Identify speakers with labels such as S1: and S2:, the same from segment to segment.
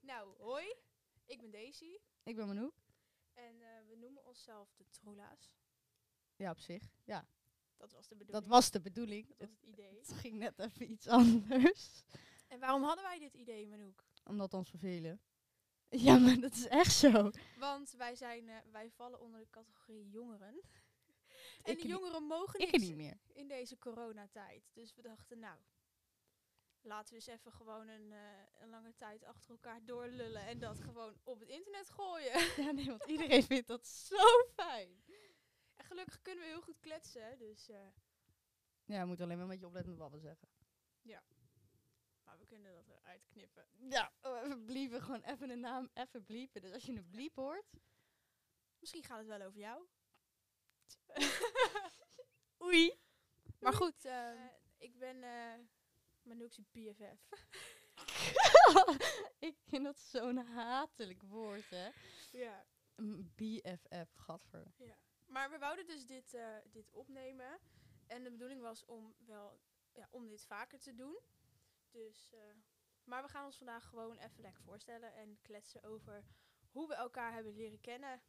S1: Nou, hoi. Ik ben Daisy.
S2: Ik ben Manouk.
S1: En eh, we noemen onszelf de Trola's.
S2: Ja, op zich. Ja,
S1: Dat was de
S2: dat
S1: bedoeling.
S2: was de bedoeling.
S1: Dat was
S2: Het,
S1: het idee.
S2: het ging net even iets anders.
S1: En waarom hadden wij dit idee, Manouk?
S2: Omdat ons vervelen. Ja, maar dat is echt zo.
S1: Want wij, zijn, eh, wij vallen onder de categorie jongeren. en
S2: Ik
S1: de
S2: niet-
S1: jongeren mogen
S2: Ik er
S1: niks
S2: niet meer.
S1: in deze coronatijd. Dus we dachten, nou, laten we eens even gewoon een, eh, een lange tijd achter elkaar doorlullen. En dat gewoon op het internet gooien. Oh,
S2: Ja, nee, want iedereen vindt dat zo fijn.
S1: En gelukkig kunnen we heel goed kletsen. Dus, eh,
S2: Ja, je moet alleen maar een beetje opletten met wat we zeggen.
S1: maar we kunnen dat eruit knippen.
S2: Ja, oh, even bliepen. Gewoon even een naam, even bliepen. Dus als je een bliep hoort...
S1: Misschien gaat het wel over jou.
S2: Oei.
S1: Maar goed, Eh, ehm, ik ben eh, Manouk's BFF.
S2: ik vind dat zo'n hatelijk woord, hè.
S1: Ja.
S2: Een BFF, gadver.
S1: Maar we wouden dus dit, eh, dit opnemen. En de bedoeling was om, wel, ja, om dit vaker te doen. Dus, eh, maar we gaan ons vandaag gewoon even lekker voorstellen en kletsen over hoe we elkaar hebben leren kennen.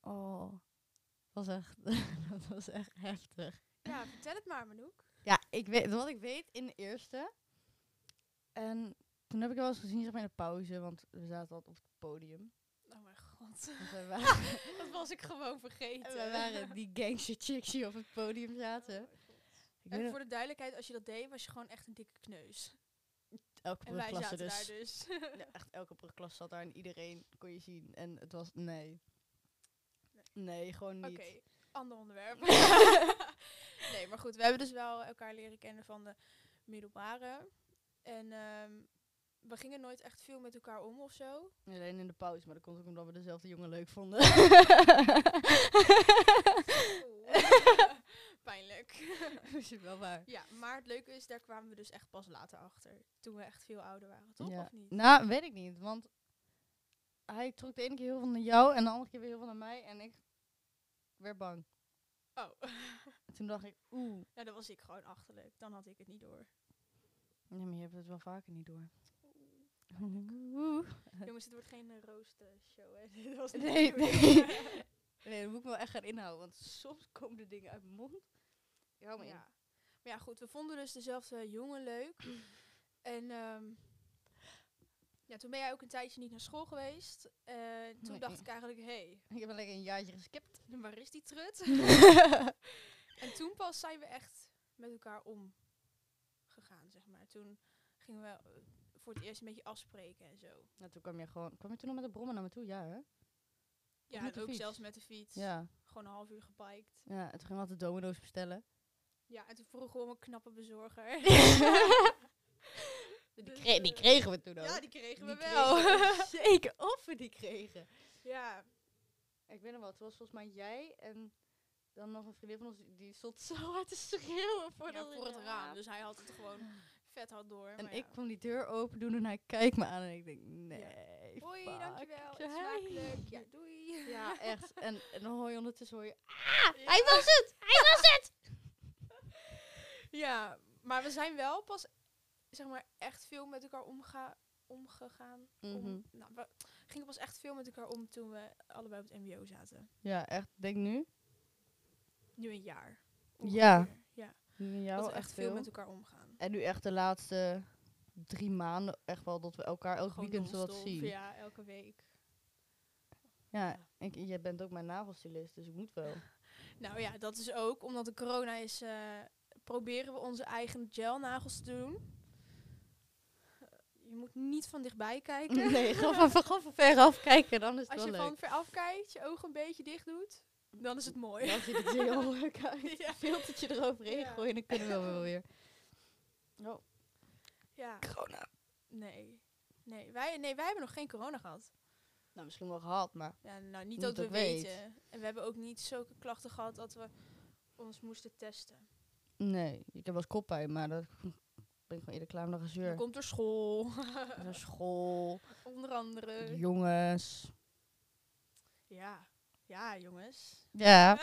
S2: Oh, dat was echt, dat was echt heftig.
S1: Ja, vertel het maar, Manouk.
S2: Ja, ik weet, wat ik weet in de eerste. En toen heb ik wel eens gezien, zeg maar in de pauze, want we zaten altijd op het podium.
S1: Oh mijn god,
S2: Want wij waren,
S1: dat was ik gewoon vergeten.
S2: wij waren die gangster chicks die op het podium zaten. Ik weet
S1: En
S2: nog-
S1: voor de duidelijkheid, als je dat deed, was je gewoon echt een dikke kneus.
S2: elke
S1: En wij
S2: brugklasse
S1: zaten
S2: dus.
S1: daar dus.
S2: Ja, echt elke brugklas zat daar en iedereen kon je zien. En het was, nee. Nee, gewoon
S1: Oké,
S2: niet.
S1: ander onderwerp. nee, maar goed, we hebben dus wel elkaar leren kennen van de middelbare. En ehm, we gingen nooit echt veel met elkaar om of zo.
S2: Alleen in de pauze, maar dat komt ook omdat we dezelfde jongen leuk vonden.
S1: Pijnlijk.
S2: Dat is Dus wel waar.
S1: Ja, maar het leuke is, daar kwamen we dus echt pas later achter. Toen we echt veel ouder waren, toch?
S2: Ja.
S1: Of niet?
S2: Nou, weet ik niet, want hij trok de ene keer heel veel naar jou en de andere keer weer heel veel naar mij en ik werd bang.
S1: Oh,
S2: En toen dacht ik, oeh,
S1: nou dan was ik gewoon achterlijk. Dan had ik het niet door.
S2: nee, maar je hebt het wel vaker niet door. Oeh.
S1: Jongens, het wordt geen eh, roostershow, hè? Dit was niet
S2: Nee,
S1: de bedoeling.
S2: nee. nee, dat moet ik wel echt gaan inhouden, want soms komen de dingen uit mijn mond. Ik hou me in.
S1: Ja. Maar ja, goed, we vonden dus dezelfde jongen leuk. en ehm, ja, toen ben jij ook een tijdje niet naar school geweest. En toen
S2: Nee.
S1: dacht ik eigenlijk, hé, hey,
S2: Ik heb al lekker een jaartje geskipt.
S1: waar is die trut? en toen pas zijn we echt met elkaar omgegaan, zeg maar. Toen gingen we eh, voor het eerst een beetje afspreken en zo.
S2: Nou, toen kwam je gewoon, kwam je toen nog met de brommen naar me toe? Ja, hè?
S1: Ja,
S2: met
S1: en
S2: de
S1: ook
S2: fiets?
S1: zelfs met de fiets.
S2: Ja.
S1: Gewoon een half uur gebiked.
S2: Ja, en toen gingen we altijd domino's bestellen.
S1: Ja, en toen vroegen we om een knappe bezorger.
S2: Die,
S1: Dus,
S2: kre- die
S1: eh,
S2: kregen we toen ook.
S1: Ja, die kregen we
S2: Die
S1: wel.
S2: kregen we zeker, of we die kregen.
S1: ja,
S2: Ik weet nog wel, het was volgens mij jij en dan nog een vriendin van ons, die- die stond zo hard te schreeuwen
S1: Ja,
S2: voor, dat
S1: voor het raam. Dus hij had het gewoon vet hard door.
S2: En
S1: maar
S2: ik
S1: ja.
S2: kwam die deur open doen en hij kijkt me aan en ik denk, nee,
S1: Hoi,
S2: fuck.
S1: dankjewel. Het
S2: Ja,
S1: is
S2: hey.
S1: smakelijk. Ja, doei.
S2: Ja, echt. En, en dan hoor je ondertussen, hoor je, "Ah,
S1: Ja.
S2: hij was het! Hij was het!
S1: Ja, maar we zijn wel pas, zeg maar, echt veel met elkaar omga omgegaan.
S2: Mhm.
S1: Om, nou, we gingen pas echt veel met elkaar om toen we allebei op het mbo zaten.
S2: Ja, echt, denk nu.
S1: Nu een jaar.
S2: Ja.
S1: ongeveer. Ja,
S2: Ja,
S1: dat we echt veel, met elkaar omgaan.
S2: En nu echt de laatste drie maanden echt wel dat we elkaar elk
S1: Gewoon
S2: weekend zo wat
S1: non-stop,
S2: zien.
S1: Ja, elke week.
S2: Ja, ik, jij bent ook mijn nagelstylist, dus ik moet wel.
S1: Nou ja, dat is ook omdat de corona is. eh, proberen we onze eigen gelnagels te doen. Eh, je moet niet van dichtbij kijken.
S2: Nee, gewoon van, gewoon van ver af kijken, dan is het
S1: Als je
S2: wel leuk.
S1: van veraf kijkt, je ogen een beetje dicht doet, dan is het mooi.
S2: Dan ziet het er heel leuk uit.
S1: Ja.
S2: Filtertje eroverheen
S1: Ja.
S2: gooien, dan kunnen we wel weer. Oh,
S1: Ja,
S2: corona.
S1: nee. Nee wij, nee, wij hebben nog geen corona gehad.
S2: Nou, misschien wel gehad, maar...
S1: Ja, nou, niet dat
S2: dat
S1: we
S2: ik weet.
S1: weten. En we hebben ook niet zulke klachten gehad dat we ons moesten testen.
S2: Nee, ik heb wel eens koppijn, maar dat ben ik gewoon eerder klaar om dan
S1: Dan
S2: gezeur.
S1: komt er school,
S2: Naar school,
S1: onder
S2: de
S1: andere.
S2: jongens.
S1: Ja, ja jongens.
S2: Ja.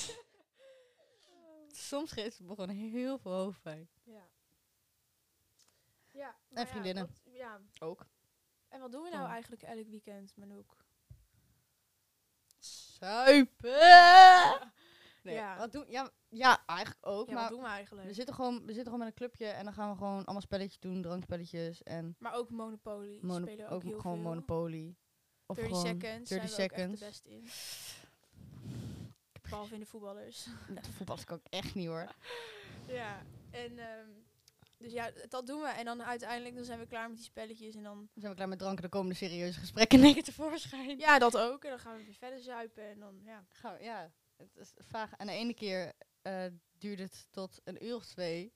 S2: Soms geeft het me gewoon heel veel hoofdpijn.
S1: Ja. Ja,
S2: vriendinnen.
S1: Ja,
S2: Ook.
S1: En wat doen we nou
S2: Oh.
S1: eigenlijk elk weekend, Manouk?
S2: Suipen! Nee,
S1: Ja.
S2: Wat doen, ja, ja, eigenlijk ook.
S1: Ja, wat
S2: maar Dus-
S1: doen we eigenlijk?
S2: we zitten, gewoon, we zitten gewoon met een clubje en dan gaan we gewoon allemaal spelletjes doen, drankspelletjes en
S1: maar ook Monopoly
S2: mono-
S1: spelen we ook,
S2: ook
S1: heel
S2: gewoon
S1: veel.
S2: Monopoly. Of
S1: 30
S2: gewoon
S1: seconds
S2: 30
S1: zijn we ook echt
S2: seconds.
S1: de beste in. Behalve in de voetballers.
S2: Voetbal kan Nou, ik echt niet hoor.
S1: ja, en ehm, dus ja, d- dat doen we. En dan uiteindelijk dan zijn we klaar met die spelletjes. En dan,
S2: Dan zijn we klaar met dranken, dan komen de serieuze gesprekken lekker tevoorschijn.
S1: ja, dat ook. En dan gaan we weer verder zuipen. En dan, ja.
S2: Gaan we- ja, het is vaag. En de ene keer eh duurt het tot een uur of twee.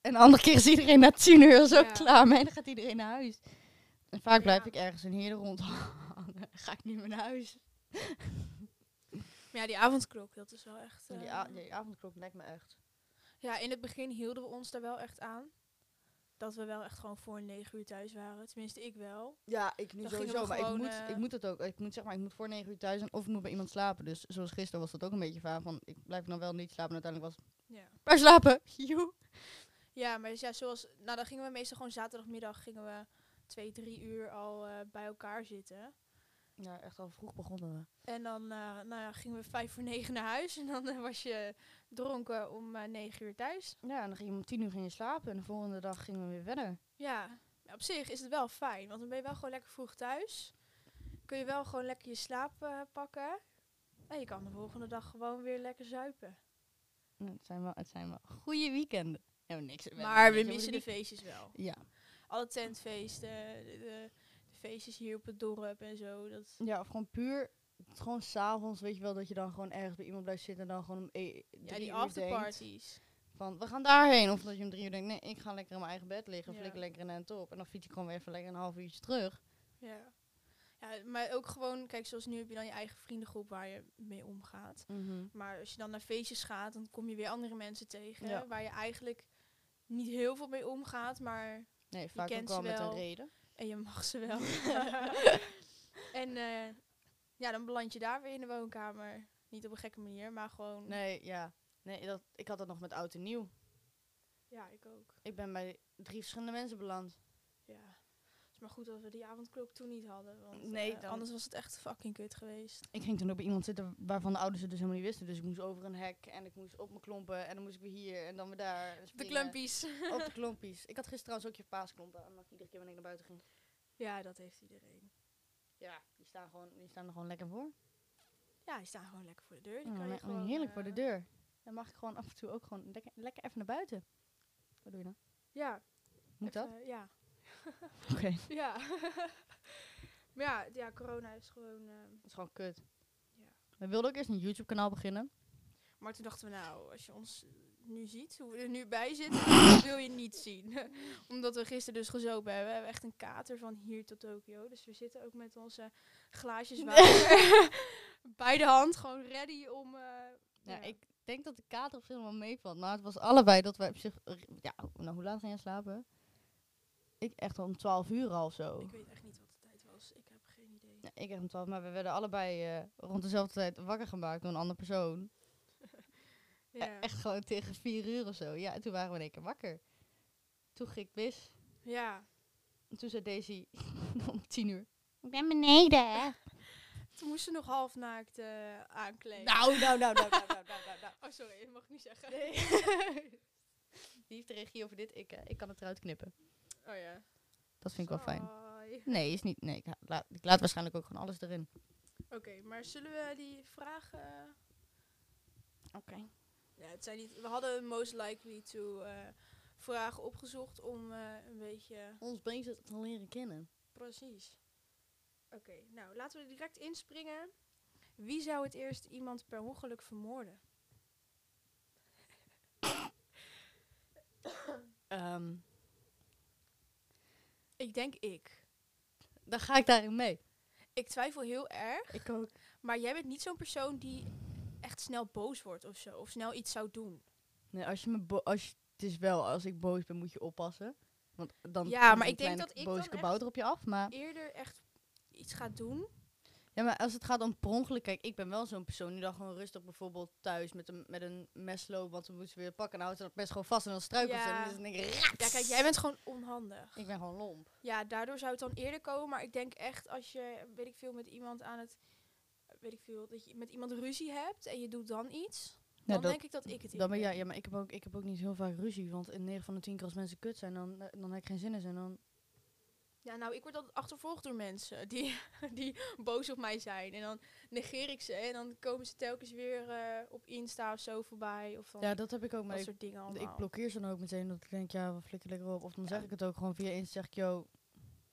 S2: En de andere keer is iedereen na tien uur zo
S1: Ja.
S2: klaar mee. En dan gaat iedereen naar huis. En vaak blijf
S1: Ja.
S2: ik ergens in Heerden rondhangen. Dan ga ik niet meer naar huis.
S1: Maar ja, die avondklok, dat is wel echt...
S2: Die,
S1: eh,
S2: a- die avondklok lijkt me echt.
S1: Ja, in het begin hielden we ons daar wel echt aan. Dat we wel echt gewoon voor negen uur thuis waren. Tenminste, ik wel.
S2: Ja, ik nu
S1: Dan gingen sowieso, we
S2: Maar ik
S1: gewoon,
S2: moet,
S1: eh,
S2: ik moet dat ook. Ik moet, zeg maar, ik moet voor negen uur thuis zijn of ik moet bij iemand slapen. Dus zoals gisteren was dat ook een beetje vaag. Van ik blijf dan wel niet slapen. En uiteindelijk was
S1: Ja.
S2: het, Waar slapen? Joe.
S1: Ja, maar dus ja, zoals, nou dan gingen we meestal gewoon zaterdagmiddag gingen we twee, drie uur al eh, bij elkaar zitten.
S2: Ja, echt al vroeg begonnen we.
S1: En dan eh, nou ja, gingen we vijf voor negen naar huis en dan eh, was je dronken om eh, negen uur thuis.
S2: Ja, en dan ging je om tien uur ging je slapen en de volgende dag gingen we weer verder.
S1: Ja, ja, op zich is het wel fijn, want dan ben je wel gewoon lekker vroeg thuis. Kun je wel gewoon lekker je slaap eh, pakken. En je kan de volgende dag gewoon weer lekker zuipen.
S2: Nou, het, zijn wel, het zijn wel goede weekenden. Ja, maar niks.
S1: Maar we
S2: weet je,
S1: missen de
S2: moet ik
S1: feestjes wel.
S2: niet- Ja.
S1: Alle tentfeesten, de, de- de feestjes hier op het dorp en zo. Dat,
S2: ja, of gewoon puur. het is Gewoon s'avonds, weet je wel, dat je dan gewoon ergens bij iemand blijft zitten en dan gewoon om e
S1: ja,
S2: drie
S1: die
S2: uur denkt
S1: afterparties.
S2: Van, we gaan daarheen. Of dat je om drie uur denkt, nee, ik ga lekker in mijn eigen bed liggen.
S1: Ja.
S2: Of lekker lekker naar het op. En dan fiets je gewoon weer even lekker een half uurtje terug.
S1: Ja. ja, maar ook gewoon, kijk, zoals nu heb je dan je eigen vriendengroep waar je mee omgaat.
S2: Mhm.
S1: Maar als je dan naar feestjes gaat, dan kom je weer andere mensen tegen.
S2: Ja.
S1: Waar je eigenlijk niet heel veel mee omgaat, maar...
S2: Nee, vaak ook
S1: kent
S2: wel
S1: ze
S2: met een
S1: wel.
S2: reden.
S1: En je mag ze wel. en eh, ja, dan beland je daar weer in de woonkamer. Niet op een gekke manier, maar gewoon...
S2: Nee, ja. Nee, dat, ik had dat nog met oud en nieuw.
S1: Ja, ik ook.
S2: Ik ben bij drie verschillende mensen beland.
S1: Ja. Het is maar goed dat we die avondklok toen niet hadden. Want,
S2: Nee,
S1: eh,
S2: dan-
S1: anders was het echt fucking kut geweest.
S2: Ik ging toen op iemand zitten waarvan de ouders het dus helemaal niet wisten. Dus ik moest over een hek en ik moest op mijn klompen en dan moest ik weer hier en dan weer daar. en
S1: De
S2: springen.
S1: klumpies.
S2: Op de klompies. Ik had gisteren trouwens ook je paasklompen aan, dat ik iedere keer wanneer ik naar buiten ging.
S1: Ja, dat heeft iedereen.
S2: Ja, die staan, gewoon, die staan er gewoon lekker voor.
S1: Ja, die staan gewoon lekker voor de deur. Die
S2: Ja,
S1: kan je
S2: le-
S1: gewoon,
S2: heerlijk voor de
S1: eh,
S2: deur. Dan mag ik gewoon af en toe ook gewoon lekker, lekker even naar buiten. Wat doe je nou?
S1: Ja.
S2: Moet
S1: even,
S2: dat?
S1: eh, Ja.
S2: Oké.
S1: Ja. maar ja, d- ja, corona is gewoon... eh,
S2: Dat is gewoon kut.
S1: Ja.
S2: We wilden ook eerst een YouTube kanaal beginnen.
S1: maar toen dachten we, nou, als je ons nu ziet, hoe we er nu bij zitten, dat wil je niet zien. Omdat we gisteren dus gezopen hebben. We hebben echt een kater van hier tot Tokio. Dus we zitten ook met onze glaasjes water bij de hand, gewoon ready om... eh,
S2: Ja, ik denk dat de kater op zich wel meevalt. Maar het was allebei dat wij op zich... Ja, nou hoe laat ging jij slapen? Ik echt om 12 uur al of zo.
S1: ik weet echt niet wat de tijd was. Ik heb geen idee.
S2: Ja, ik heb hem twaalf, maar we werden allebei eh, rond dezelfde tijd wakker gemaakt door een andere persoon. E-
S1: Ja.
S2: Echt gewoon tegen vier uur of zo. Ja, en toen waren we in één keer wakker. Toen ging ik mis.
S1: ja.
S2: En toen zei Daisy om tien uur. Ik ben beneden. hè."
S1: Toen moest ze nog half naakt eh, aankleden.
S2: nou, nou, nou, nou, nou, nou, nou, nou, nou.
S1: Oh, sorry, dat mag ik niet zeggen.
S2: Nee. Wie heeft de regie over dit? Ik, eh, ik kan het eruit knippen.
S1: Oh ja.
S2: Dat vind ik wel fijn.
S1: Saai.
S2: Nee, is niet. Nee, ik, ha- laat, ik laat waarschijnlijk ook gewoon alles erin.
S1: Oké, maar zullen we die vragen...
S2: Oké.
S1: Ja, het zijn niet... We hadden een most likely to eh, vragen opgezocht om eh, een beetje...
S2: Ons beter te leren kennen.
S1: Precies. Oké, nou, laten we er direct inspringen. Wie zou het eerst iemand per ongeluk vermoorden?
S2: Ehm,
S1: Ik denk ik.
S2: dan ga ik daarin mee.
S1: Ik twijfel heel erg,
S2: Ik ook.
S1: maar jij bent niet zo'n persoon die echt snel boos wordt of zo. Of snel iets zou doen.
S2: Nee, als je me bo- als je- het is wel als ik boos ben moet je oppassen. Want dan
S1: Ja,
S2: komt
S1: maar
S2: een
S1: ik denk
S2: kleine
S1: dat ik
S2: boze
S1: dan echt-
S2: kabouter op je af, maar
S1: Eerder echt iets gaat doen.
S2: Ja, maar als het gaat om per ongeluk, kijk, ik ben wel zo'n persoon die dan gewoon rustig bijvoorbeeld thuis met een, met een mes loopt, want dan moet ze weer pakken. En dan houdt ze dat best gewoon vast en dan struikelt ze.
S1: Ja.
S2: En dan denk ik, rats!
S1: Ja, kijk, jij bent gewoon onhandig.
S2: Ik ben gewoon lomp.
S1: Ja, daardoor zou het dan eerder komen. Maar ik denk echt als je, weet ik veel, met iemand aan het, weet ik veel, dat je met iemand ruzie hebt en je doet dan iets. Dan
S2: dat-
S1: denk ik dat ik het
S2: Dan ben
S1: eerder
S2: jij, ja, maar ik heb, ook, ik heb ook niet heel vaak ruzie, want in 9 van de 10 keer als mensen kut zijn, dan, eh, dan heb ik geen zin in ze. En dan,
S1: Ja, nou, ik word altijd achtervolgd door mensen die, die boos op mij zijn. En dan negeer ik ze en dan komen ze telkens weer eh, op Insta of zo voorbij. Of dan
S2: ja, dat heb ik ook,
S1: dat
S2: maar ik,
S1: soort dingen allemaal.
S2: ik blokkeer ze dan ook meteen, omdat ik denk, ja, we flikker lekker op. Of dan zeg ik het ook gewoon via Insta, zeg ik, yo,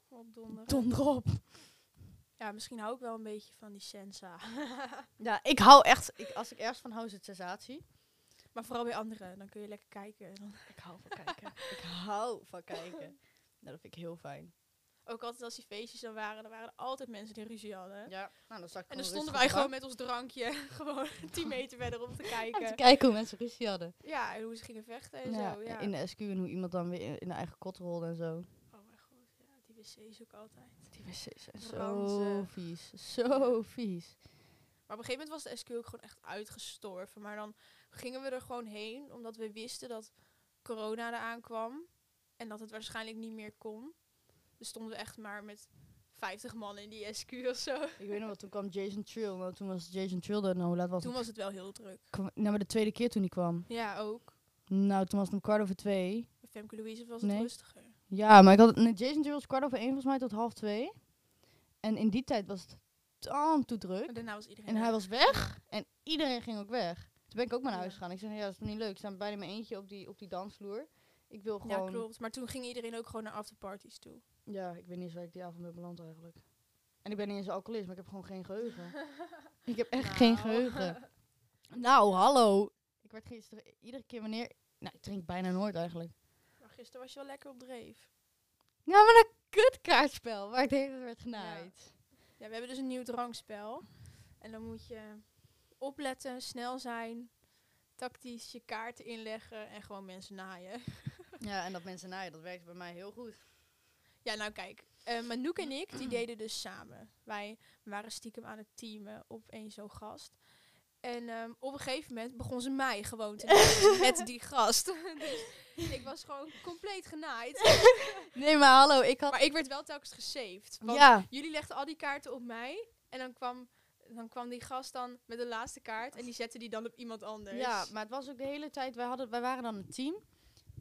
S1: Op donder.
S2: donder op.
S1: Ja, misschien hou ik wel een beetje van die sensa.
S2: Ja, ik hou echt, ik, als ik ergens van hou, is het sensatie.
S1: maar vooral bij anderen, dan kun je lekker kijken. Dan-
S2: Ik hou van kijken. ik hou van kijken. Nou, dat vind ik heel fijn.
S1: Ook altijd als die feestjes dan waren, dan waren er altijd mensen die ruzie hadden.
S2: Ja, nou, dan zat ik
S1: En dan stonden wij gewoon met ons drankje gewoon 10 meter verderop te
S2: te
S1: kijken.
S2: kijken hoe mensen ruzie hadden.
S1: Ja, en hoe ze gingen vechten en zo. Ja.
S2: In de SQ en hoe iemand dan weer in, in de eigen kot rolde en zo.
S1: Oh mijn god, ja, die wc is ook altijd.
S2: Die wc's zijn zo
S1: Ranzig.
S2: vies. Zo vies.
S1: Maar op een gegeven moment was de SQ ook gewoon echt uitgestorven. Maar dan gingen we er gewoon heen, omdat we wisten dat corona eraan kwam. En dat het waarschijnlijk niet meer kon. Dus stonden we echt maar met 50 man in die SQ of zo.
S2: Ik weet nog wel, toen kwam Jason Trill. Nou, toen was Jason Trill er. Nou, hoe laat was
S1: Toen
S2: het?
S1: was het wel heel druk.
S2: Kwam- Nou, maar de tweede keer toen hij kwam.
S1: Ja, ook.
S2: Nou, toen was het om kwart over twee.
S1: Bij Femke Louise was het
S2: Nee.
S1: rustiger.
S2: Ja, maar ik had, nee, Jason Trill was kwart over één volgens mij tot half twee. En in die tijd was het dan te druk.
S1: En daarna was iedereen...
S2: En hij
S1: weg.
S2: was weg. En iedereen ging ook weg. Toen ben ik ook maar naar huis
S1: Ja.
S2: gegaan. Ik zei, ja, dat is toch niet leuk. Ik sta bijna in mijn eentje op die, op die dansvloer. Ik wil gewoon...
S1: Ja, klopt. Maar toen ging iedereen ook gewoon naar afterparties toe.
S2: Ja, ik weet niet eens waar ik die avond ben beland eigenlijk. En ik ben niet eens een alcoholist, maar ik heb gewoon geen geheugen. ik heb echt geen
S1: Nou.
S2: geheugen. Nou, hallo. Ik werd gisteren iedere keer wanneer... Nou, ik drink bijna nooit eigenlijk.
S1: Maar gisteren was je wel lekker op dreef.
S2: Ja, maar dat kutkaartspel waar ik de hele tijd werd genaaid.
S1: Ja, we hebben dus een nieuw drankspel. En dan moet je opletten, snel zijn, tactisch je kaarten inleggen en gewoon mensen naaien.
S2: Ja, en dat mensen naaien, dat werkt bij mij heel goed.
S1: Ja, nou kijk, eh Manouk en ik, die deden dus samen. Wij waren stiekem aan het teamen op één zo'n gast. En ehm, op een gegeven moment begon ze mij gewoon te naaien met die gast. dus ik was gewoon compleet genaaid.
S2: Nee, maar hallo, ik had...
S1: Maar ik werd wel telkens gesaved. want
S2: ja.
S1: jullie legden al die kaarten op mij. En dan kwam, dan kwam die gast dan met de laatste kaart. En die zette die dan op iemand anders.
S2: Ja, maar het was ook de hele tijd, wij, hadden, wij waren dan een team.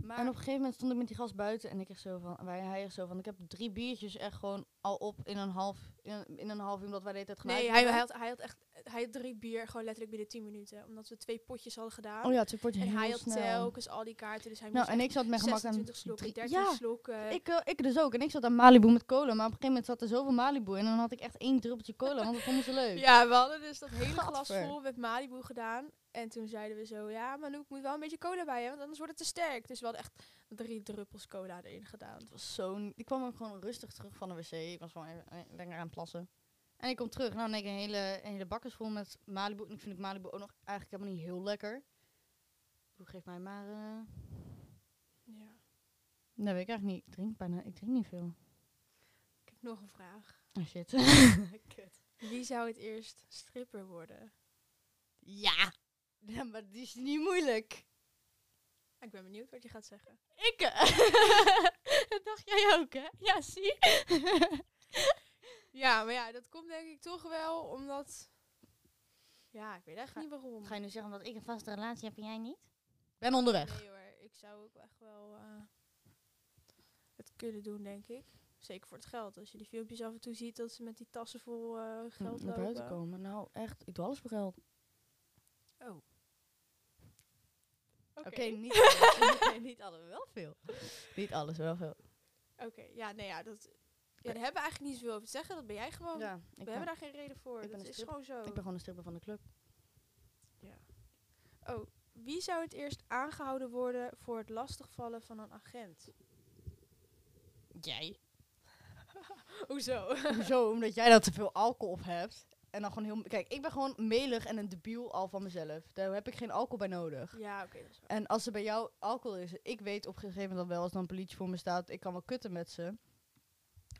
S1: maar
S2: En op een gegeven moment stond ik met die gast buiten en ik echt zo van, wij, hij echt zo van, ik heb drie biertjes echt gewoon al op in een half, in een, in een half uur, omdat wij de hele tijd genaaid
S1: nee, hij, hij,
S2: werden.
S1: had, hij had echt hij had drie bier gewoon letterlijk binnen 10 minuten. Omdat we twee potjes hadden gedaan.
S2: Oh ja, toen wordt
S1: en
S2: heel
S1: hij had eh,
S2: snel.
S1: telkens al die kaarten. Dus hij
S2: nou,
S1: moest
S2: en ik zat met
S1: echt
S2: gemak aan
S1: 26 slokken,
S2: drie-
S1: 13
S2: ja,
S1: slokken.
S2: ik, eh, ik dus ook. En ik zat aan Malibu met cola, maar op een gegeven moment zat er zoveel Malibu in en dan had ik echt één druppeltje cola, want dat vonden ze leuk.
S1: ja, we hadden dus dat hele glas
S2: Gadver.
S1: vol met Malibu gedaan. En toen zeiden we zo, ja, maar ik moet wel een beetje cola bij hebben, want anders wordt het te sterk. Dus we hadden echt drie druppels cola erin gedaan.
S2: Het was zo'n, ik kwam ook gewoon rustig terug van de wc, ik was gewoon even, eh, lekker aan het plassen. En ik kom terug, nou nee, ik een hele, een hele bak is vol met Malibu en ik vind ik Malibu ook nog eigenlijk helemaal niet heel lekker. Hoe geef mij maar... eh,
S1: Ja.
S2: Nee, weet ik eigenlijk niet. Ik drink bijna, ik drink niet veel.
S1: Ik heb nog een vraag.
S2: Oh shit.
S1: Wie zou het eerst stripper worden?
S2: Ja. ja, maar die is niet moeilijk.
S1: Ik ben benieuwd wat je gaat zeggen.
S2: Ik. eh, dat dacht jij ook, hè? Ja, zie.
S1: Ja, maar ja, dat komt denk ik toch wel omdat... Ja, ik weet echt
S2: Ga-
S1: niet waarom.
S2: Ga je nu zeggen omdat ik een vaste relatie heb en jij niet? Ben onderweg.
S1: Nee hoor, ik zou ook echt wel eh, het kunnen doen, denk ik. Zeker voor het geld. Als je die filmpjes af en toe ziet dat ze met die tassen vol eh, geld
S2: Hm, Naar buiten
S1: lopen.
S2: komen. Nou, echt. Ik doe alles voor geld. Oké, niet alles. Oké, niet alles. Wel veel. Niet alles, wel veel.
S1: Oké, ja, nee, ja, dat... Ja, daar hebben we eigenlijk niet zoveel over te zeggen. Dat ben jij gewoon.
S2: Ja,
S1: we
S2: ik ben,
S1: hebben daar geen reden voor.
S2: ik ben
S1: dat
S2: een
S1: is
S2: stripper.
S1: gewoon zo.
S2: ik ben gewoon een stripper van de club.
S1: Oh, wie zou het eerst aangehouden worden voor het lastigvallen van een agent?
S2: Jij?
S1: Hoezo?
S2: Hoezo? Omdat jij daar te veel alcohol op hebt. En dan gewoon heel... Kijk, ik ben gewoon melig en een debiel al van mezelf. Daar heb ik geen alcohol bij nodig.
S1: Ja, oké, dat is waar.
S2: En als er bij jou alcohol is, ik weet op een gegeven moment wel als dan een politie voor me staat, ik kan wel kutten met ze.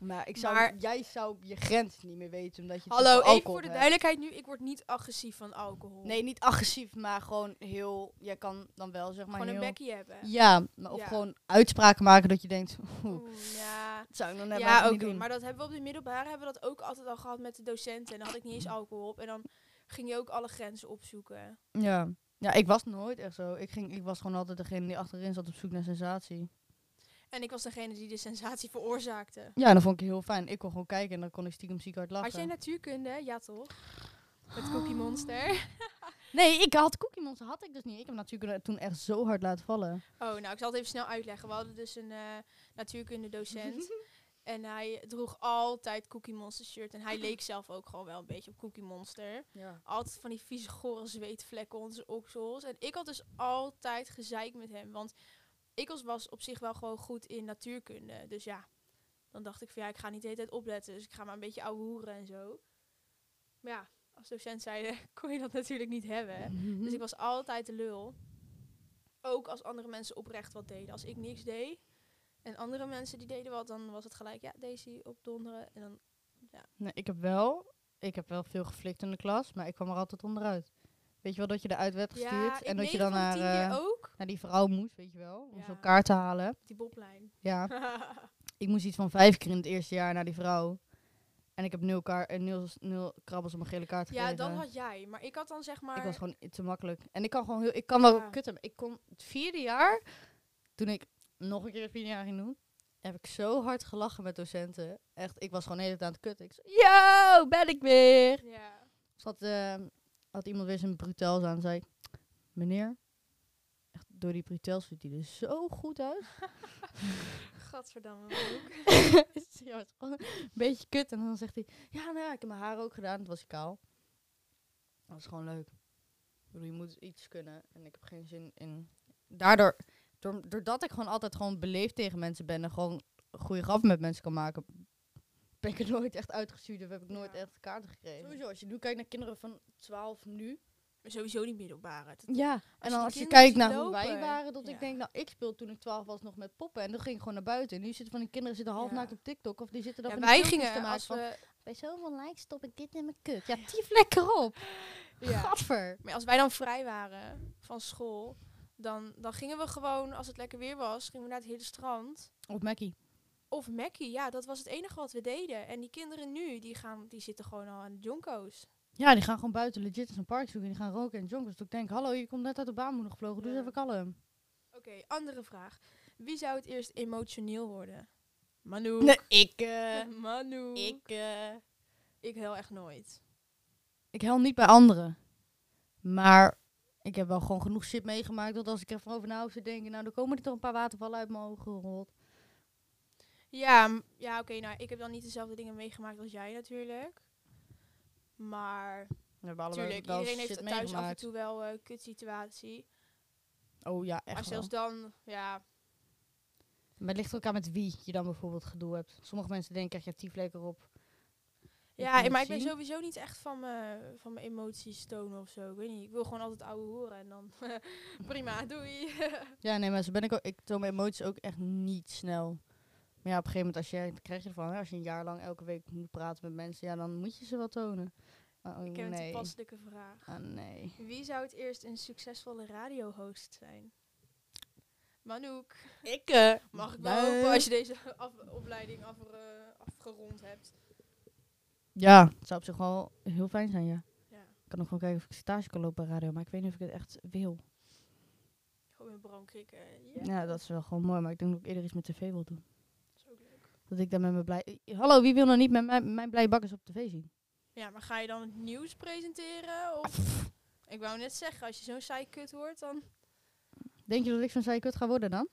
S2: Maar, ik zou,
S1: Maar-
S2: jij zou je grens niet meer weten omdat je te
S1: Hallo,
S2: veel
S1: even
S2: alcohol
S1: voor de
S2: hebt.
S1: duidelijkheid nu. Ik word niet agressief van alcohol.
S2: Nee, niet agressief, maar gewoon heel... Jij kan dan wel zeg maar
S1: Gewoon een
S2: heel...
S1: bekkie hebben.
S2: Ja, maar of
S1: Ja.
S2: gewoon uitspraken maken dat je denkt... Oeh,
S1: Oeh, ja.
S2: dat zou ik nog net maar
S1: ja,
S2: even
S1: oké.
S2: niet doen.
S1: Maar dat hebben we op de middelbare hebben we dat ook altijd al gehad met de docenten. En dan had ik niet eens alcohol op. En dan ging je ook alle grenzen opzoeken.
S2: Ja. ja, ik was nooit echt zo. Ik, ging, ik was gewoon altijd degene die achterin zat op zoek naar sensatie.
S1: En ik was degene die de sensatie veroorzaakte.
S2: Ja, en dat vond ik heel fijn. Ik kon gewoon kijken en dan kon ik stiekem ziek hard lachen.
S1: Had jij natuurkunde? Ja, toch? Met Cookie Monster.
S2: Nee, ik had Cookie Monster had ik dus niet. Ik heb natuurlijk toen echt zo hard laten vallen.
S1: Oh, nou, ik zal het even snel uitleggen. We hadden dus een eh natuurkunde docent. en hij droeg altijd Cookie Monster shirt. En hij leek zelf ook gewoon wel een beetje op Cookie Monster.
S2: Ja.
S1: altijd van die vieze gore zweetvlekken onder zijn oksels. En ik had dus altijd gezeik met hem. Want ik was- was op zich wel gewoon goed in natuurkunde. Dus ja, dan dacht ik van ja, ik ga niet de hele tijd opletten. Dus ik ga maar een beetje ouwe hoeren en zo. Maar ja, als docent zijnde kon je dat natuurlijk niet hebben. Dus ik was altijd de lul. Ook als andere mensen oprecht wat deden. Als ik niks deed en andere mensen die deden wat, dan was het gelijk ja, deze opdonderen. En dan,
S2: Nee, ik heb wel. Ik heb wel veel geflikt in de klas, maar ik kwam er altijd onderuit. Weet je wel dat je eruit werd gestuurd
S1: ja, ik
S2: en dat je
S1: negen
S2: dan
S1: van de
S2: naar,
S1: tien
S2: eh,
S1: keer ook.
S2: naar die vrouw moest, weet je wel, om
S1: Ja.
S2: zo'n kaart te halen.
S1: Die boblijn.
S2: Ja, ik moest iets van vijf keer in het eerste jaar naar die vrouw. En ik heb nul, kaar, en nul, nul krabbels op mijn gele kaart
S1: Ja,
S2: gekregen.
S1: dan had jij. Maar ik had dan zeg maar...
S2: Ik was gewoon i- te makkelijk. En ik kan gewoon heel, ik kan wel
S1: Ja.
S2: kut hebben. Ik kon het vierde jaar, toen ik nog een keer het vierde jaar ging doen, heb ik zo hard gelachen met docenten. Echt, ik was gewoon de hele tijd aan het kutten. Ik zei, yo, ben ik weer.
S1: Ja.
S2: Dus had, eh, had iemand weer zijn brutels aan, zei ik, meneer, echt, door die brutels ziet hij er zo goed uit.
S1: Gadverdamme. wat ook.
S2: Dus ja, het is gewoon een beetje kut. En dan zegt hij, ja, nou ja, ik heb mijn haar ook gedaan. Het was ik kaal. Dat was gewoon leuk. Ik bedoel, je moet dus iets kunnen. En ik heb geen zin in... Daardoor, door, doordat ik gewoon altijd gewoon beleefd tegen mensen ben... en gewoon goede grappen met mensen kan maken... ben ik er nooit echt uitgestuurd of heb ik nooit
S1: Ja.
S2: echt kaarten gekregen. Sowieso, als je nu kijkt naar kinderen van 12 nu...
S1: Sowieso die middelbare. Dat-
S2: Ja, en
S1: die
S2: dan als je
S1: kinderen
S2: kijkt
S1: ziet
S2: naar hoe wij
S1: lopen.
S2: waren... dat ik
S1: Ja.
S2: denk, nou, ik speel toen ik 12 was nog met poppen... en dan ging ik gewoon naar buiten. En nu zitten van die kinderen zitten half
S1: Ja.
S2: naakt op TikTok... of die zitten dan
S1: Ja,
S2: van die
S1: wij
S2: filmpjes te
S1: gingen als
S2: maken van,
S1: we,
S2: bij zoveel likes stop ik dit in mijn kut. Ja, tief lekker op.
S1: ja.
S2: Gadver.
S1: Maar als wij dan vrij waren van school, dan, dan gingen we gewoon, als het lekker weer was, gingen we naar het hele strand.
S2: Op Mackie.
S1: Of Mackie, ja, dat was het enige wat we deden. En die kinderen nu, die, gaan, die zitten gewoon al aan de jonko's.
S2: Ja, die gaan gewoon buiten legit eens een park zoeken. Die gaan roken en jongens. Dus ik denk, hallo, je komt net uit de baarmoeder gevlogen. Doe
S1: Ja.
S2: eens even kalm.
S1: Oké, andere vraag. Wie zou het eerst emotioneel worden? Manu.
S2: ik.
S1: eh, Manu.
S2: eh.
S1: Ik heel echt nooit.
S2: Ik hel niet bij anderen. Maar ik heb wel gewoon genoeg shit meegemaakt. Dat als ik even over na hoef te denken. Nou, er komen er toch een paar watervallen uit mijn ogen gerold.
S1: Ja, m- ja oké, nou, ik heb dan niet dezelfde dingen meegemaakt als jij natuurlijk. Maar
S2: We hebben
S1: natuurlijk, iedereen heeft thuis af en toe wel een kut situatie.
S2: Oh ja,
S1: maar
S2: echt wel.
S1: zelfs dan, ja,
S2: Maar het ligt ook aan met wie je dan bijvoorbeeld gedoe hebt. Sommige mensen denken echt, ja, tief lekker op.
S1: Ja,
S2: moet
S1: maar ik ben
S2: zien.
S1: sowieso niet echt van mijn, van mijn emoties tonen of zo. Ik weet niet. Ik wil gewoon altijd ouwe horen en dan prima, doei.
S2: Ja, nee, maar zo ben ik ook. Ik toon mijn emoties ook echt niet snel. Maar ja, op een gegeven moment, als je, dat krijg je ervan, hè, als je een jaar lang elke week moet praten met mensen, ja, dan moet je ze wel tonen. Oh,
S1: ik heb een
S2: nee.
S1: toepasselijke vraag.
S2: Ah, nee.
S1: Wie zou het eerst een succesvolle radiohost zijn? Manouk,
S2: Ik,
S1: mag ik wel hopen als je deze af- opleiding af, eh, afgerond hebt.
S2: Ja, het zou op zich wel heel fijn zijn, ja.
S1: Ja,
S2: Ik kan nog gewoon kijken of ik stage kan lopen bij radio, maar ik weet niet of ik het echt wil.
S1: gewoon met Bram Krikken.
S2: Ja,
S1: Ja,
S2: dat is wel gewoon mooi, maar ik denk dat ik eerder iets met tv wil doen.
S1: dat is ook leuk.
S2: Dat ik dan met mijn blij... Hallo, wie wil nou niet met mijn, mijn blije bakkers op tv zien?
S1: Ja, maar ga je dan het nieuws presenteren?
S2: Ah,
S1: Of? Ik wou net zeggen, als je zo'n saai kut hoort, dan...
S2: Denk je dat ik zo'n zijkut ga worden dan?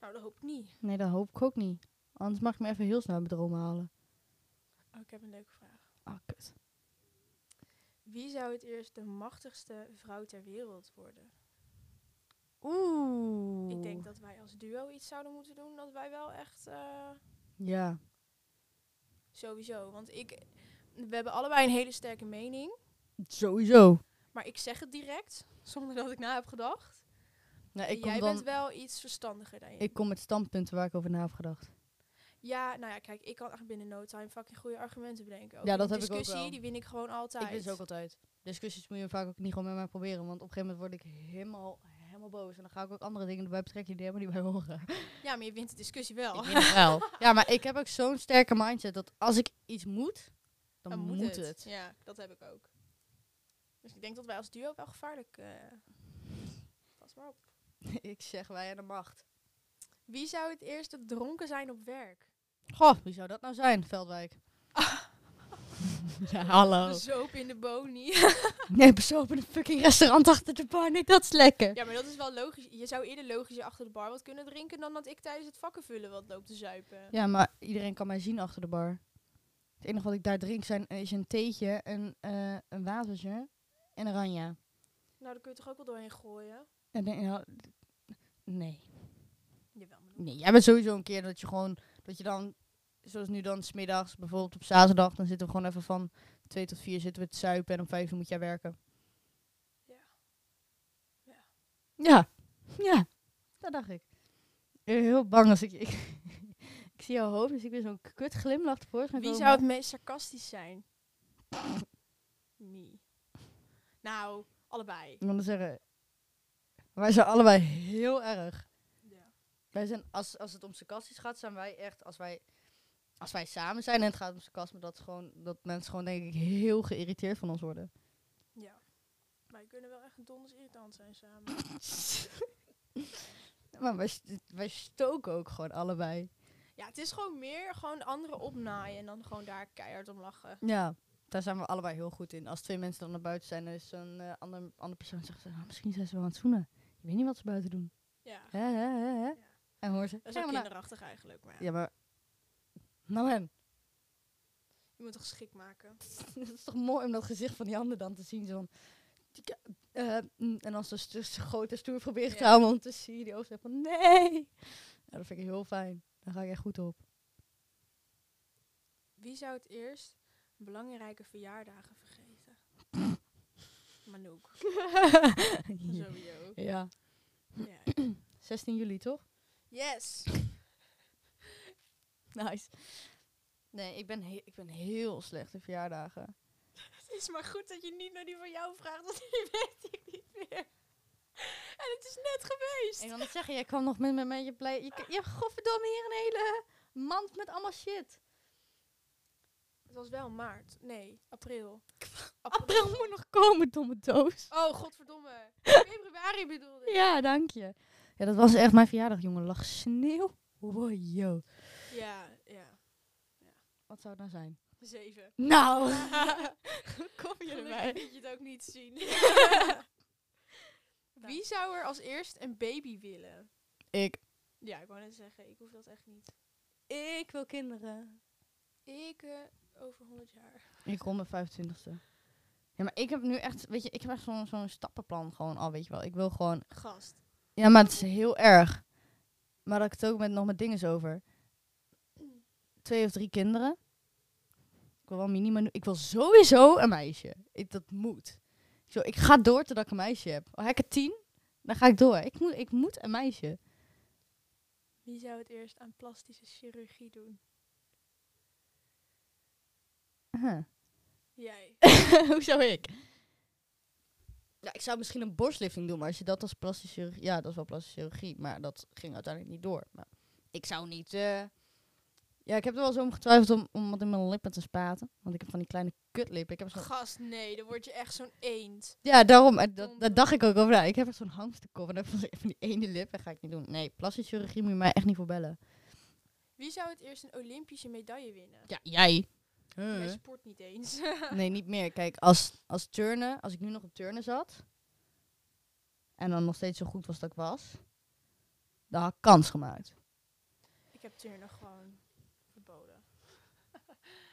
S1: Nou, dat hoop ik niet.
S2: Nee, dat hoop ik ook niet. Anders mag ik me even heel snel uit mijn dromen halen.
S1: Oh, ik heb een leuke vraag.
S2: Ah, kut.
S1: Wie zou het eerst de machtigste vrouw ter wereld worden?
S2: Oeh.
S1: Ik denk dat wij als duo iets zouden moeten doen. Dat wij wel echt eh,
S2: Ja.
S1: sowieso. Want ik, we hebben allebei een hele sterke mening.
S2: Sowieso.
S1: Maar ik zeg het direct, zonder dat ik na heb gedacht.
S2: Nou,
S1: En
S2: ik, kom
S1: jij
S2: dan,
S1: bent wel iets verstandiger dan je.
S2: ik kom met standpunten waar ik over na heb gedacht.
S1: Ja, nou ja, kijk, ik kan echt binnen no time fucking goede argumenten bedenken.
S2: Ja,
S1: een
S2: dat heb ik ook
S1: discussie,
S2: wel.
S1: die win ik gewoon altijd.
S2: Ik wist ook altijd. Discussies moet je vaak ook niet gewoon met mij proberen. Want op een gegeven moment word ik helemaal, helemaal boos. En dan ga ik ook andere dingen erbij betrekken die er helemaal niet bij horen.
S1: Ja, maar je wint de discussie wel.
S2: Ik win het wel. Ja, maar ik heb ook zo'n sterke mindset dat als ik iets moet, dan, moet, het.
S1: Ja, dat heb ik ook. Dus ik denk dat wij als duo wel gevaarlijk... eh, pas maar op.
S2: ik zeg wij aan de macht.
S1: Wie zou het eerste dronken zijn op werk?
S2: Goh, wie zou dat nou zijn, Veldwijk? ja, hallo.
S1: De zoop in de boni.
S2: Nee, persoon in een fucking restaurant achter de bar. Nee, dat is lekker.
S1: ja, maar dat is wel logisch. Je zou eerder logischer achter de bar wat kunnen drinken dan dat ik tijdens het vakken vullen wat loop te zuipen.
S2: Ja, maar iedereen kan mij zien achter de bar. Het enige wat ik daar drink zijn, is een theetje, een, eh, een watertje en een ranja.
S1: Nou, daar kun je toch ook wel doorheen gooien?
S2: En, en- en- nee.
S1: Jawel, maar
S2: Nee, jij bent sowieso een keer dat je gewoon, dat je dan, zoals nu dan, smiddags, bijvoorbeeld op zaterdag, dan zitten we gewoon even van twee tot vier zitten we te zuipen en om vijf uur moet jij werken.
S1: Ja. Ja.
S2: Ja. Ja. Dat dacht ik. Ik ben heel bang als ik, ik, ik zie jouw hoofd, dus ik ben zo'n kut glimlach tevoorschijn
S1: Wie
S2: komen.
S1: zou het meest sarcastisch zijn? Mie. Nou, allebei.
S2: Ik wil maar zeggen, wij zijn allebei heel erg.
S1: Ja.
S2: Wij zijn, als, als het om sarcastisch gaat, zijn wij echt, als wij, als wij samen zijn en het gaat om sarcasme, dat, is gewoon, dat mensen gewoon denk ik heel geïrriteerd van ons worden.
S1: Wij kunnen wel echt donders irritant zijn samen.
S2: maar wij, st- wij stoken ook gewoon allebei.
S1: Ja, het is gewoon meer gewoon anderen opnaaien en dan gewoon daar keihard om lachen.
S2: Ja. Daar zijn we allebei heel goed in. Als twee mensen dan naar buiten zijn, dan is zo'n eh, ander, andere persoon zegt, "Ah, misschien zijn ze wel aan het zoenen. Je weet niet wat ze buiten doen.
S1: Ja,
S2: Hè, hè, hè, hè? En hoor ze.
S1: dat is
S2: "Ja,
S1: ook
S2: maar nou-
S1: kinderachtig eigenlijk. Maar ja,
S2: ja, maar... Nou hem.
S1: je moet toch schik maken.
S2: Het is toch mooi om dat gezicht van die ander dan te zien. Zo'n, "Tjika, eh, mm," en als ze stu- stu- groot en stoer proberen te
S1: Ja.
S2: houden, want dan zie je die oog van nee. Ja, dat vind ik heel fijn. Daar ga ik echt goed op.
S1: Wie zou het eerst belangrijke verjaardagen vergeten? Manouk, sowieso.
S2: ja.
S1: Ja.
S2: 16 juli toch?
S1: Yes!
S2: Nice. Nee, ik ben, he- ik ben heel slecht in verjaardagen.
S1: Het is maar goed dat je niet naar die van jou vraagt, want die weet ik niet meer. En het is net geweest.
S2: Ik kan het zeggen, jij kwam nog met, met, met je blij. Je, k- je hebt godverdomme hier een hele mand met allemaal shit.
S1: Het was wel maart. Nee, april.
S2: April moet nog komen, domme doos.
S1: Oh, godverdomme. Februari bedoelde ik.
S2: Ja, dank je. Ja, dat was echt mijn verjaardag, jongen. Lag sneeuw. Wow, yo.
S1: Ja, ja.
S2: Wat zou het nou zijn?
S1: Zeven.
S2: Nou,
S1: Kom
S2: je erbij?
S1: erbij? liet je het ook niet zien. Wie zou er als eerst een baby willen?
S2: ik.
S1: Ja, ik wou net zeggen, ik hoef dat echt niet.
S2: Ik wil kinderen.
S1: Ik eh, over 100 jaar.
S2: Ik rond mijn 25ste. Ja, maar ik heb nu echt, weet je, ik heb echt zo'n zo'n stappenplan gewoon al, weet je wel. Ik wil gewoon.
S1: Gast.
S2: Ja, maar het is heel erg. Maar dat ik het ook met nog met dingen is over. Twee of drie kinderen. Ik wil wel minimaal. Ik wil sowieso een meisje. Ik, dat moet. Zo, ik ga door totdat ik een meisje heb. Al heb ik er tien, dan ga ik door. Ik moet, ik moet een meisje.
S1: Wie zou het eerst aan plastische chirurgie doen?
S2: Huh.
S1: Jij.
S2: Hoe zou ik? Ja, ik zou misschien een borstlifting doen, maar als je dat als plastische chirurgie... Ja, dat is wel plastische chirurgie, maar dat ging uiteindelijk niet door. Maar ik zou niet... eh, ja, ik heb er wel zo om getwijfeld om, om wat in mijn lippen te spaten. Want ik heb van die kleine kutlippen. Ik heb zo'n-
S1: Gast, nee, dan word je echt zo'n eend.
S2: ja, daarom. En dat, daar dacht ik ook over. na. ik heb echt zo'n hamsterkop en dan van die- van die ene lip. Dat ga ik niet doen. Nee, plastische chirurgie moet je mij echt niet voor bellen.
S1: Wie zou het eerst een Olympische medaille winnen?
S2: Ja, jij.
S1: Jij
S2: Huh.
S1: sport niet eens.
S2: Nee, niet meer. Kijk, als, als turnen, als ik nu nog op turnen zat en dan nog steeds zo goed was dat ik was, dan had ik kans gemaakt.
S1: ik heb turnen gewoon verboden.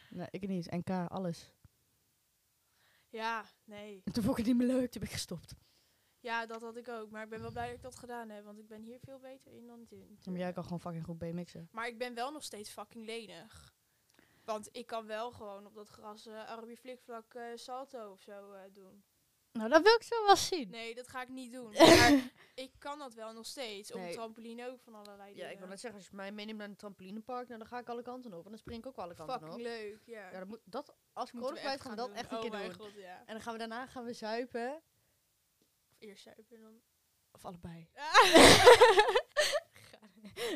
S2: Nee, ik niet. NK, alles.
S1: Ja, nee.
S2: En toen vond ik het niet meer leuk, toen ben ik gestopt.
S1: Ja, dat had ik ook. Maar ik ben wel blij dat ik dat gedaan heb. Want ik ben hier veel beter in dan in.
S2: Dan ben jij kan gewoon fucking goed BMX'en.
S1: Maar ik ben wel nog steeds fucking lenig. Want ik kan wel gewoon op dat gras eh Arabier flikvlak eh, salto of zo eh, doen.
S2: Nou, dat wil ik zo wel zien.
S1: Nee, dat ga ik niet doen. Maar ik kan dat wel nog steeds. Op een
S2: Nee.
S1: trampoline ook van allerlei
S2: Ja,
S1: dingen.
S2: ik wil net zeggen, als je mij meeneemt naar een trampolinepark, nou, dan ga ik alle kanten op. En dan spring ik ook alle kanten
S1: Fucking
S2: op.
S1: leuk, ja.
S2: Ja, dat moet, dat, als ik
S1: Moeten
S2: corona
S1: we
S2: blijf, gaan we dat
S1: doen.
S2: echt een
S1: oh
S2: keer doen.
S1: mijn god, ja.
S2: En dan gaan we daarna gaan we zuipen.
S1: Eerst zuipen en dan...
S2: Of allebei.
S1: Ah.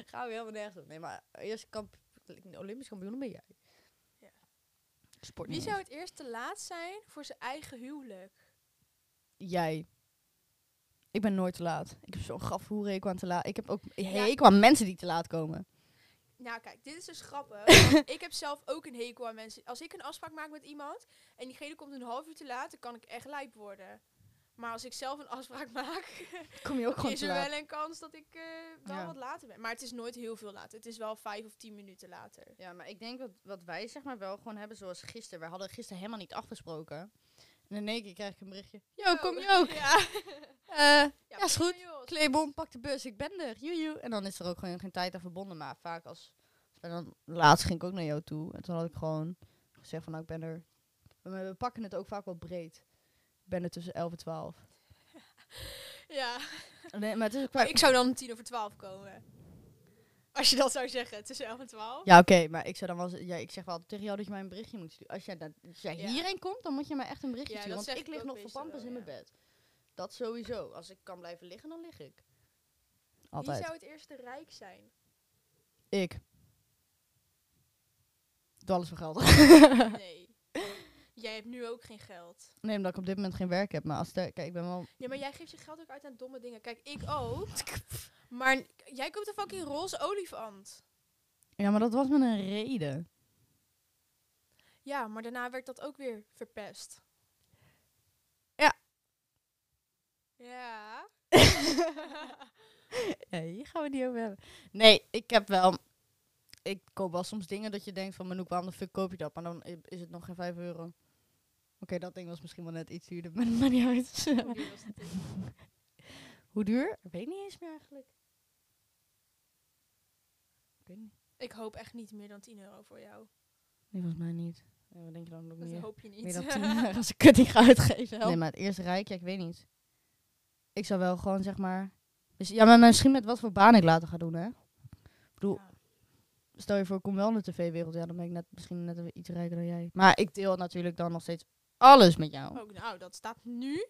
S2: Gaan we helemaal nergens op. Nee, maar eerst kamp, Olympisch kampioen ben jij.
S1: Ja.
S2: Sport
S1: Wie zou het eerst te laat zijn voor zijn eigen huwelijk?
S2: Jij. Ik ben nooit te laat. Ik heb zo'n graf hoerekel aan te laat. Ik heb ook
S1: Ja.
S2: hekel aan mensen die te laat komen.
S1: Nou kijk, dit is dus grappig. want ik heb zelf ook een hekel aan mensen. Als ik een afspraak maak met iemand en diegene komt een half uur te laat, dan kan ik echt lijp worden. Maar als ik zelf een afspraak maak,
S2: Kom je ook gewoon
S1: is
S2: te
S1: er
S2: laat.
S1: wel een kans dat ik eh, wel
S2: Ja.
S1: wat later ben. Maar het is nooit heel veel later. Het is wel vijf of tien minuten later.
S2: Ja, maar ik denk dat wat wij zeg maar wel gewoon hebben zoals gisteren. We hadden gisteren helemaal niet afgesproken. En in één keer krijg ik een berichtje. Yo, kom je ook?
S1: Ja,
S2: Eh,
S1: prima,
S2: is goed.
S1: joh.
S2: Cleebon, pak de bus, ik ben er. Joejoe. En dan is er ook gewoon geen tijd aan verbonden. Maar vaak als, als wij dan laatst ging ik ook naar jou toe. En toen had ik gewoon gezegd van nou, ik ben er. Maar we pakken het ook vaak wel breed. Ik ben er tussen 11 en 12.
S1: Ja.
S2: Nee, maar het is ook vaak-
S1: Ik zou dan om tien over twaalf komen. Als je dat zou zeggen, tussen elf en twaalf.
S2: Ja, oké, maar ik zou dan wel z- ja, ik zeg wel altijd tegen jou dat je mij een berichtje moet sturen. Als jij, dat, als jij
S1: Ja.
S2: hierheen komt, dan moet je mij echt een berichtje
S1: Ja,
S2: sturen.
S1: dat
S2: Want
S1: zeg
S2: ik
S1: ik
S2: lig
S1: ook
S2: nog voor
S1: meestal
S2: pampers in
S1: wel,
S2: mijn bed. Dat sowieso. Als ik kan blijven liggen, dan lig ik.
S1: Wie
S2: Altijd.
S1: zou het eerste rijk zijn?
S2: Ik. Doe alles voor geld.
S1: Nee. Jij hebt nu ook geen geld.
S2: Nee, omdat ik op dit moment geen werk heb. Maar als de, kijk, ik ben wel.
S1: Ja, maar jij geeft je geld ook uit aan domme dingen. Kijk, ik ook. Maar n- jij koopt een fucking roze olifant.
S2: Ja, maar dat was met een reden.
S1: Ja, maar daarna werd dat ook weer verpest.
S2: Ja.
S1: Ja.
S2: Ja, hier gaan we het niet over hebben. Nee, ik heb wel. Ik koop wel soms dingen dat je denkt van Manouk, waarom de fuck koop je dat? Maar dan i- is het nog geen 5 euro. Oké, dat ding was misschien wel net iets duurder, maar dat maakt niet uit.
S1: Hoe duur was dat ding?
S2: Hoe duur? Ik weet niet eens meer eigenlijk. Ik weet niet.
S1: ik hoop echt niet meer dan 10 euro voor jou.
S2: Nee, volgens mij niet. Ja, wat denk je dan? Nog
S1: Dat
S2: meer?
S1: hoop je niet.
S2: Meer dan 10 euro als ik kutting ga uitgeven.
S1: help.
S2: Nee, maar het eerste rijk, ja, ik weet niet. Ik zou wel gewoon zeg maar. Dus, ja, maar misschien met wat voor baan ik later ga doen, hè? bedoel-
S1: Ja.
S2: Stel je voor, ik kom wel in de tv-wereld. Ja, dan ben ik net, misschien net even iets rijker dan jij. Maar ik deel natuurlijk dan nog steeds alles met jou. Oké,
S1: Ook nou, dat staat nu.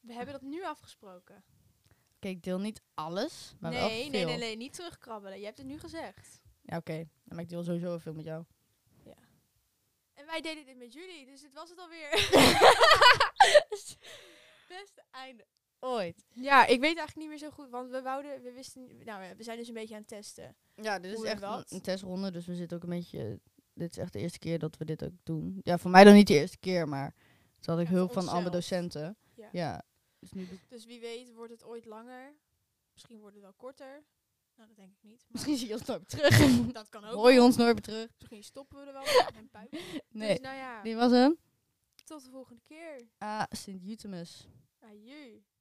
S1: We hebben dat nu afgesproken.
S2: ik deel niet alles, maar wel
S1: nee,
S2: veel.
S1: nee, nee, nee, niet terugkrabbelen. Je hebt het nu gezegd.
S2: Ja, oké. Maar ik deel sowieso wel veel met jou.
S1: En wij deden dit met jullie, dus dit was het alweer. Beste einde.
S2: Ooit.
S1: Ja, ik weet eigenlijk niet meer zo goed, want we wouden, we wisten, niet- nou ja, we zijn dus een beetje aan het testen.
S2: Ja, dit is
S1: Hoe en
S2: echt een,
S1: wat?
S2: een testronde, dus we zitten ook een beetje... Dit is echt de eerste keer dat we dit ook doen. Ja, voor mij dan niet de eerste keer, maar... Toen had ik
S1: Ja, voor
S2: hulp van andere
S1: onszelf.
S2: docenten.
S1: Ja.
S2: Ja. Dus nu
S1: Dus wie weet wordt het ooit langer. Misschien wordt het wel korter. Nou, dat denk ik niet. Maar
S2: Misschien zie je ons nooit meer terug.
S1: dat kan ook.
S2: Hoor je
S1: nog.
S2: ons nooit meer terug?
S1: Misschien stoppen we er wel met en puipen. Dus
S2: Nee.
S1: nou ja,
S2: Dit was hem. Ah,
S1: tot de volgende keer.
S2: A. Sint-Jutemus.
S1: Adieu.